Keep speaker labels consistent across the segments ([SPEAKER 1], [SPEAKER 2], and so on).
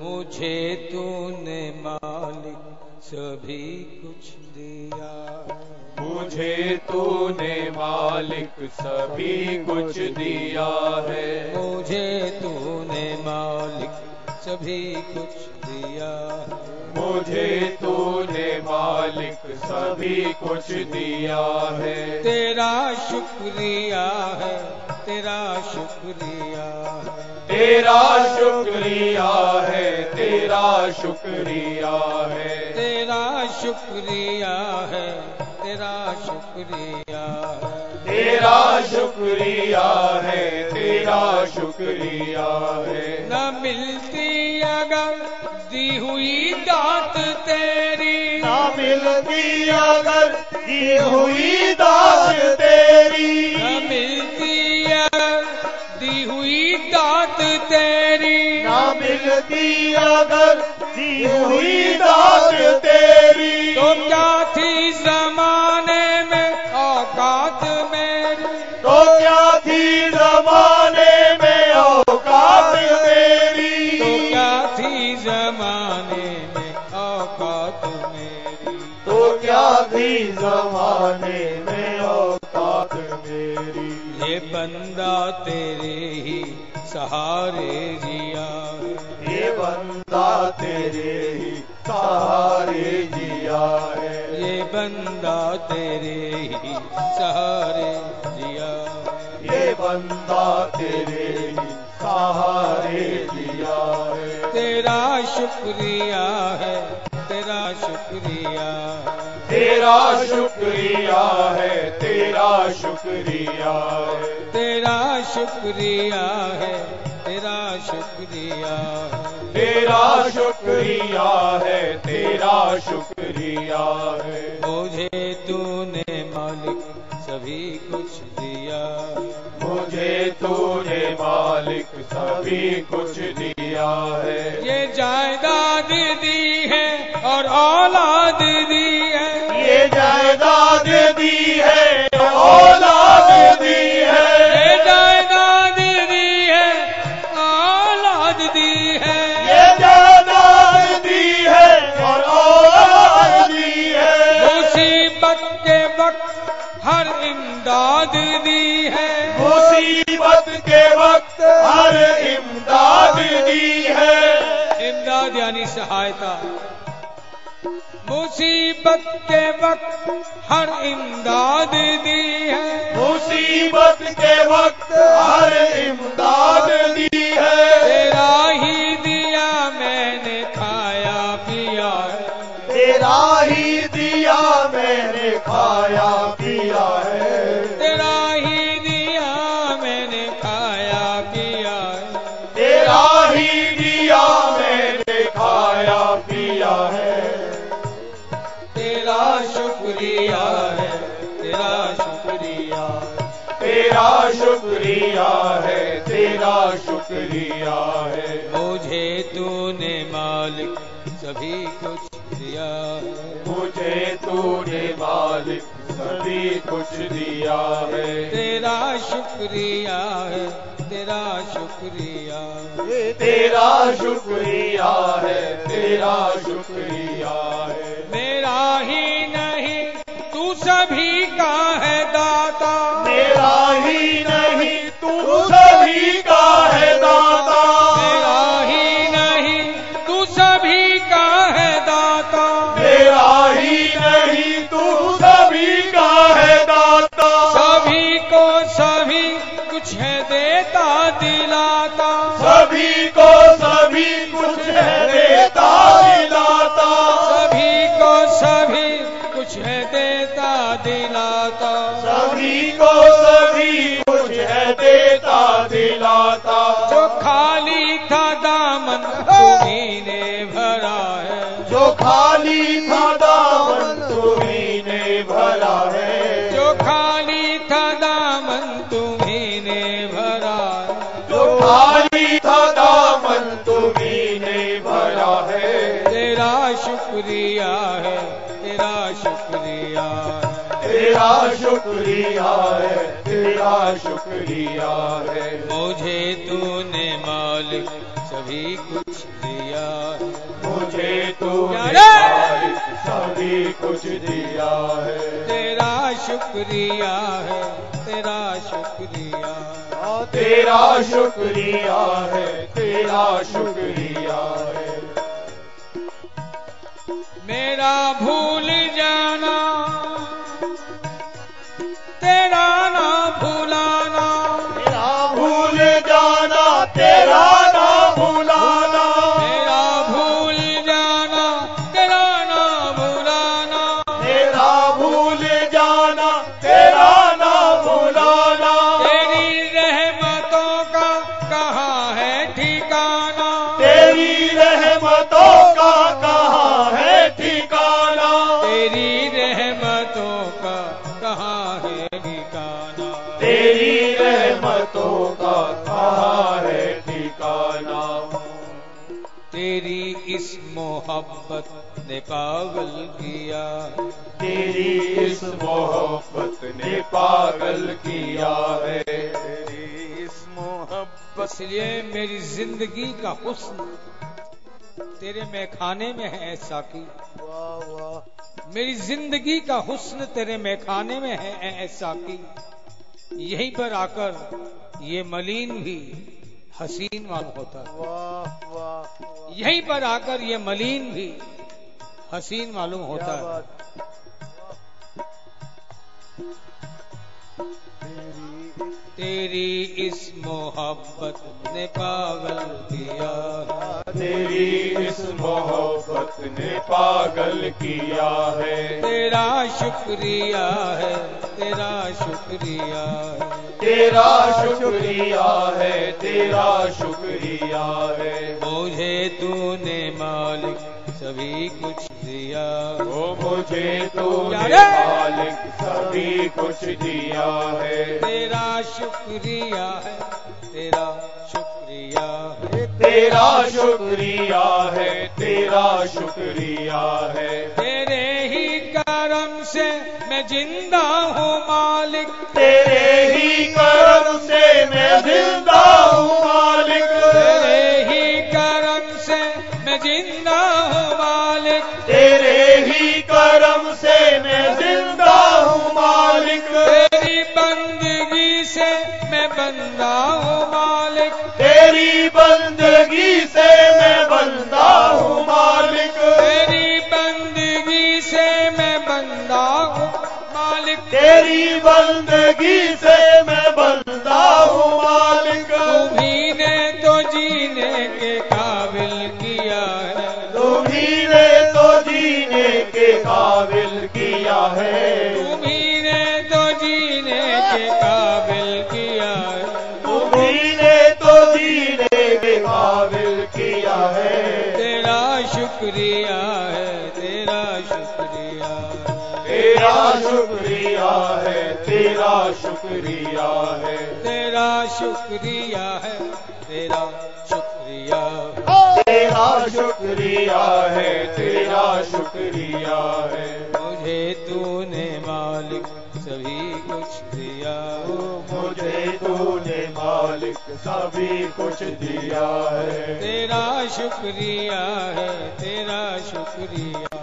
[SPEAKER 1] मुझे तूने मालिक सभी कुछ दिया
[SPEAKER 2] मुझे तूने मालिक सभी कुछ दिया है
[SPEAKER 1] मुझे तूने मालिक सभी कुछ दिया
[SPEAKER 2] मुझे तूने मालिक सभी कुछ दिया है
[SPEAKER 1] तेरा शुक्रिया है तेरा शुक्रिया है
[SPEAKER 2] तेरा शुक्रिया है तेरा शुक्रिया है
[SPEAKER 1] तेरा शुक्रिया है तेरा शुक्रिया है
[SPEAKER 2] तेरा शुक्रिया है तेरा शुक्रिया है
[SPEAKER 1] न मिलती अगर दी हुई दात तेरी
[SPEAKER 2] ना मिलती अगर ये हुई दास तेरी
[SPEAKER 1] न मिलती अगर दी हुई दात तेरी
[SPEAKER 2] ना मिलती अगर दी हुई दास तेरी
[SPEAKER 1] तो क्या थी जमाने में औकात मेरी
[SPEAKER 2] तो क्या थी जमाने में औकात तेरी
[SPEAKER 1] तो क्या थी जमाने में औकात मेरी
[SPEAKER 2] तो क्या थी जमाने में औकात मेरी
[SPEAKER 1] ये बंदा तेरे ही सहारे जिया है।
[SPEAKER 2] ये बंदा तेरे ही सहारे जिया है
[SPEAKER 1] ये बंदा तेरे ही सहारे जिया है।
[SPEAKER 2] ये बंदा तेरे ही सहारे जिया है
[SPEAKER 1] तेरा शुक्रिया है तेरा शुक्रिया है
[SPEAKER 2] तेरा शुक्रिया है तेरा शुक्रिया है
[SPEAKER 1] तेरा शुक्रिया है तेरा शुक्रिया है
[SPEAKER 2] तेरा शुक्रिया है तेरा शुक्रिया है
[SPEAKER 1] मुझे तूने मालिक सभी कुछ दिया
[SPEAKER 2] मुझे तूने मालिक सभी कुछ दिया है
[SPEAKER 1] ये जायदाद दी है और औलाद दी है
[SPEAKER 2] ये जायदाद दी है औलाद दी
[SPEAKER 1] ये
[SPEAKER 2] है
[SPEAKER 1] जायदाद दी है औलाद दी है
[SPEAKER 2] ये जायदाद दी है और औलाद दी है
[SPEAKER 1] मुसीबत के वक्त हर इमदाद दी है
[SPEAKER 2] मुसीबत के वक्त हर इमदाद दी है
[SPEAKER 1] इमदाद यानी सहायता मुसीबत के वक्त हर इमदाद दी है
[SPEAKER 2] मुसीबत के वक्त हर इमदाद दी है
[SPEAKER 1] तेरा ही दिया मैंने खाया पिया है
[SPEAKER 2] तेरा ही दिया मैंने खाया पिया है
[SPEAKER 1] तेरा ही दिया मैंने खाया पिया है
[SPEAKER 2] तेरा ही दिया मैंने खाया पिया है
[SPEAKER 1] तेरा शुक्रिया है तेरा शुक्रिया है।
[SPEAKER 2] तेरा शुक्रिया है तेरा शुक्रिया है
[SPEAKER 1] मुझे तूने मालिक सभी कुछ दिया है
[SPEAKER 2] मुझे तूने मालिक सभी कुछ दिया है
[SPEAKER 1] तेरा शुक्रिया है तेरा शुक्रिया है।
[SPEAKER 2] तेरा शुक्रिया है तेरा शुक्रिया है
[SPEAKER 1] मेरा ही नहीं तू सभी का है दाता
[SPEAKER 2] मेरा ही नहीं तू सभी का है दाता
[SPEAKER 1] मेरा ही नहीं तू सभी का है दाता
[SPEAKER 2] मेरा ही नहीं तू सभी का है दाता
[SPEAKER 1] सभी को सभी कुछ है देता दिलाता
[SPEAKER 2] सभी को सभी कुछ है देता दिलाता
[SPEAKER 1] सभी को सभी कुछ है देता दिलाता
[SPEAKER 2] सभी को सभी कुछ है देता दिलाता
[SPEAKER 1] जो खाली था दामन तुम्ही ने भरा है
[SPEAKER 2] जो खाली था दामन तुम्ही ने भरा है
[SPEAKER 1] जो खाली था दामन तुम्ही ने भरा है।
[SPEAKER 2] जो खाली था दामन तुम्ही ने भरा है
[SPEAKER 1] तेरा शुक्रिया है तेरा शुक्रिया है
[SPEAKER 2] तेरा शुक्रिया है तेरा शुक्रिया है
[SPEAKER 1] मुझे तूने मालिक है सभी कुछ दिया है
[SPEAKER 2] मुझे
[SPEAKER 1] क्या
[SPEAKER 2] तूने
[SPEAKER 1] रे?
[SPEAKER 2] भाई सभी कुछ दिया है
[SPEAKER 1] तेरा शुक्रिया है तेरा शुक्रिया है।
[SPEAKER 2] तेरा शुक्रिया है तेरा शुक्रिया है
[SPEAKER 1] मेरा भूल जाना तेरा ना भूलाना
[SPEAKER 2] मेरा भूल जाना तेरा ना भूलाना
[SPEAKER 1] मेरा भूल जाना तेरा ना भूलाना
[SPEAKER 2] तेरा भूल जाना तेरा ना भूलाना
[SPEAKER 1] तेरी रहमतों का कहाँ है ठिकाना
[SPEAKER 2] तेरी रहमतों का कहाँ है ठिकाना
[SPEAKER 1] तेरी रहमतों का कहाँ है ठिकाना
[SPEAKER 2] तेरी रहमतों का कहाँ है ठिकाना
[SPEAKER 1] तेरी इस मोहब्बत ने पागल किया
[SPEAKER 2] तेरी इस मोहब्बत ने पागल किया है तेरी इस मोहब्बत
[SPEAKER 1] इसलिए मेरी जिंदगी का हुस्न तेरे मैखाने में है ऐ साकी
[SPEAKER 2] वाह वाह
[SPEAKER 1] मेरी जिंदगी का हुस्न तेरे मैखाने में है ऐ ऐ साकी यहीं पर आकर ये मलिन भी हसीन मालूम होता है
[SPEAKER 2] वाह वाह
[SPEAKER 1] यहीं पर आकर ये मलिन भी हसीन मालूम होता है तेरी इस मोहब्बत ने पागल किया है।
[SPEAKER 2] तेरी इस मोहब्बत ने पागल किया है
[SPEAKER 1] तेरा शुक्रिया है तेरा शुक्रिया है
[SPEAKER 2] तेरा शुक्रिया है तेरा शुक्रिया है
[SPEAKER 1] मुझे तूने मालिक सभी कुछ दिया
[SPEAKER 2] ओ मुझे तूने
[SPEAKER 1] यारे!
[SPEAKER 2] मालिक सभी कुछ दिया है
[SPEAKER 1] तेरा शुक्रिया है तेरा शुक्रिया है
[SPEAKER 2] तेरा शुक्रिया है तेरा शुक्रिया है
[SPEAKER 1] तेरे ही करम से मैं जिंदा हूँ मालिक
[SPEAKER 2] तेरे ही कर्म से मैं जिंदा हूँ मालिक
[SPEAKER 1] तेरे ही करम से मैं जिंदा हूँ मालिक
[SPEAKER 2] तेरे ही कर्म से मैं जिंदा हूँ मालिक
[SPEAKER 1] तेरी बंदगी से मैं बंदा हूँ मालिक
[SPEAKER 2] तेरी बंदगी से मैं बंदा हूँ मालिक
[SPEAKER 1] तेरी बंदगी से मैं बंदा हूँ मालिक
[SPEAKER 2] तेरी बंदगी से मैं बंदा हूँ मालिक
[SPEAKER 1] तुम्ही ने तो जीने के काबिल किया है
[SPEAKER 2] तुम्ही ने तो जीने के काबिल किया है
[SPEAKER 1] तुम्ही ने तो जीने के काबिल किया है
[SPEAKER 2] तुम्ही ने तो जीने के काबिल किया है
[SPEAKER 1] तेरा शुक्रिया है तेरा शुक्रिया है।
[SPEAKER 2] तेरा शुक्रिया है तेरा शुक्रिया है
[SPEAKER 1] तेरा शुक्रिया है तेरा शुक्रिया है।
[SPEAKER 2] तेरा शुक्रिया है तेरा शुक्रिया है
[SPEAKER 1] मुझे तूने मालिक सभी कुछ दिया
[SPEAKER 2] मुझे तूने मालिक सभी कुछ दिया है
[SPEAKER 1] तेरा शुक्रिया है तेरा शुक्रिया है।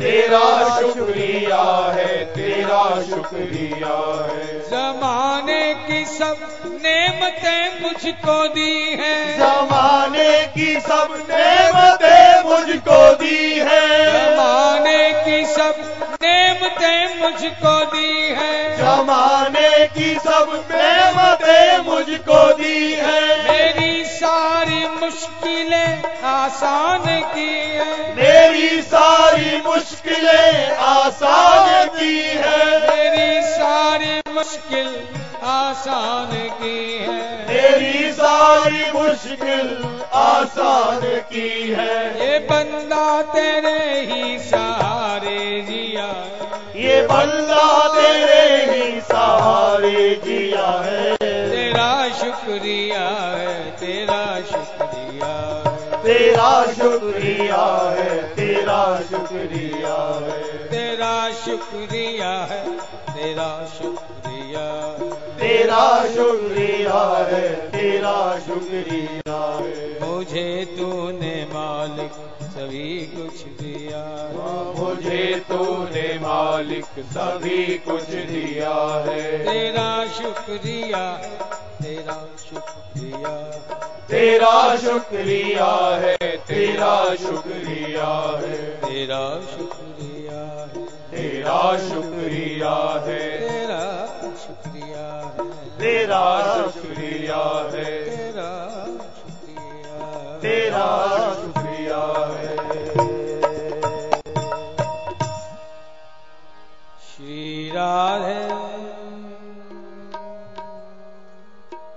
[SPEAKER 2] तेरा शुक्रिया है तेरा शुक्रिया है
[SPEAKER 1] जमाने की सब नेमतें मुझको दी हैं
[SPEAKER 2] जमाने की सब नेमतें मुझको दी है
[SPEAKER 1] जमाने की सब नेमतें मुझको दी हैं
[SPEAKER 2] जमाने की सब नेमतें मुझको दी है
[SPEAKER 1] मेरी सारी मुश्किलें आसान की हैं
[SPEAKER 2] मेरी सारी मुश्किलें आसान की है
[SPEAKER 1] मेरी सारी मुश्किल आसान की है
[SPEAKER 2] मेरी सारी मुश्किल आसान की है
[SPEAKER 1] ये बंदा तेरे ही सहारे जिया है।
[SPEAKER 2] ये बंदा तेरे ही सहारे जिया है
[SPEAKER 1] तेरा शुक्रिया है तेरा शुक्रिया है।
[SPEAKER 2] तेरा शुक्रिया है तेरा शुक्रिया है
[SPEAKER 1] तेरा शुक्रिया है तेरा शुक्रिया शुक्रिया
[SPEAKER 2] तेरा शुक्रिया है तेरा शुक्रिया है
[SPEAKER 1] मुझे तूने मालिक सभी कुछ दिया
[SPEAKER 2] मुझे तूने मालिक सभी कुछ दिया है
[SPEAKER 1] तेरा शुक्रिया तेरा शुक्रिया
[SPEAKER 2] तेरा शुक्रिया है तेरा शुक्रिया है
[SPEAKER 1] तेरा शुक्रिया है
[SPEAKER 2] तेरा शुक्रिया है
[SPEAKER 1] तेरा शुक्रिया है
[SPEAKER 2] तेरा शुक्रिया है
[SPEAKER 1] तेरा शुक्रिया है
[SPEAKER 2] तेरा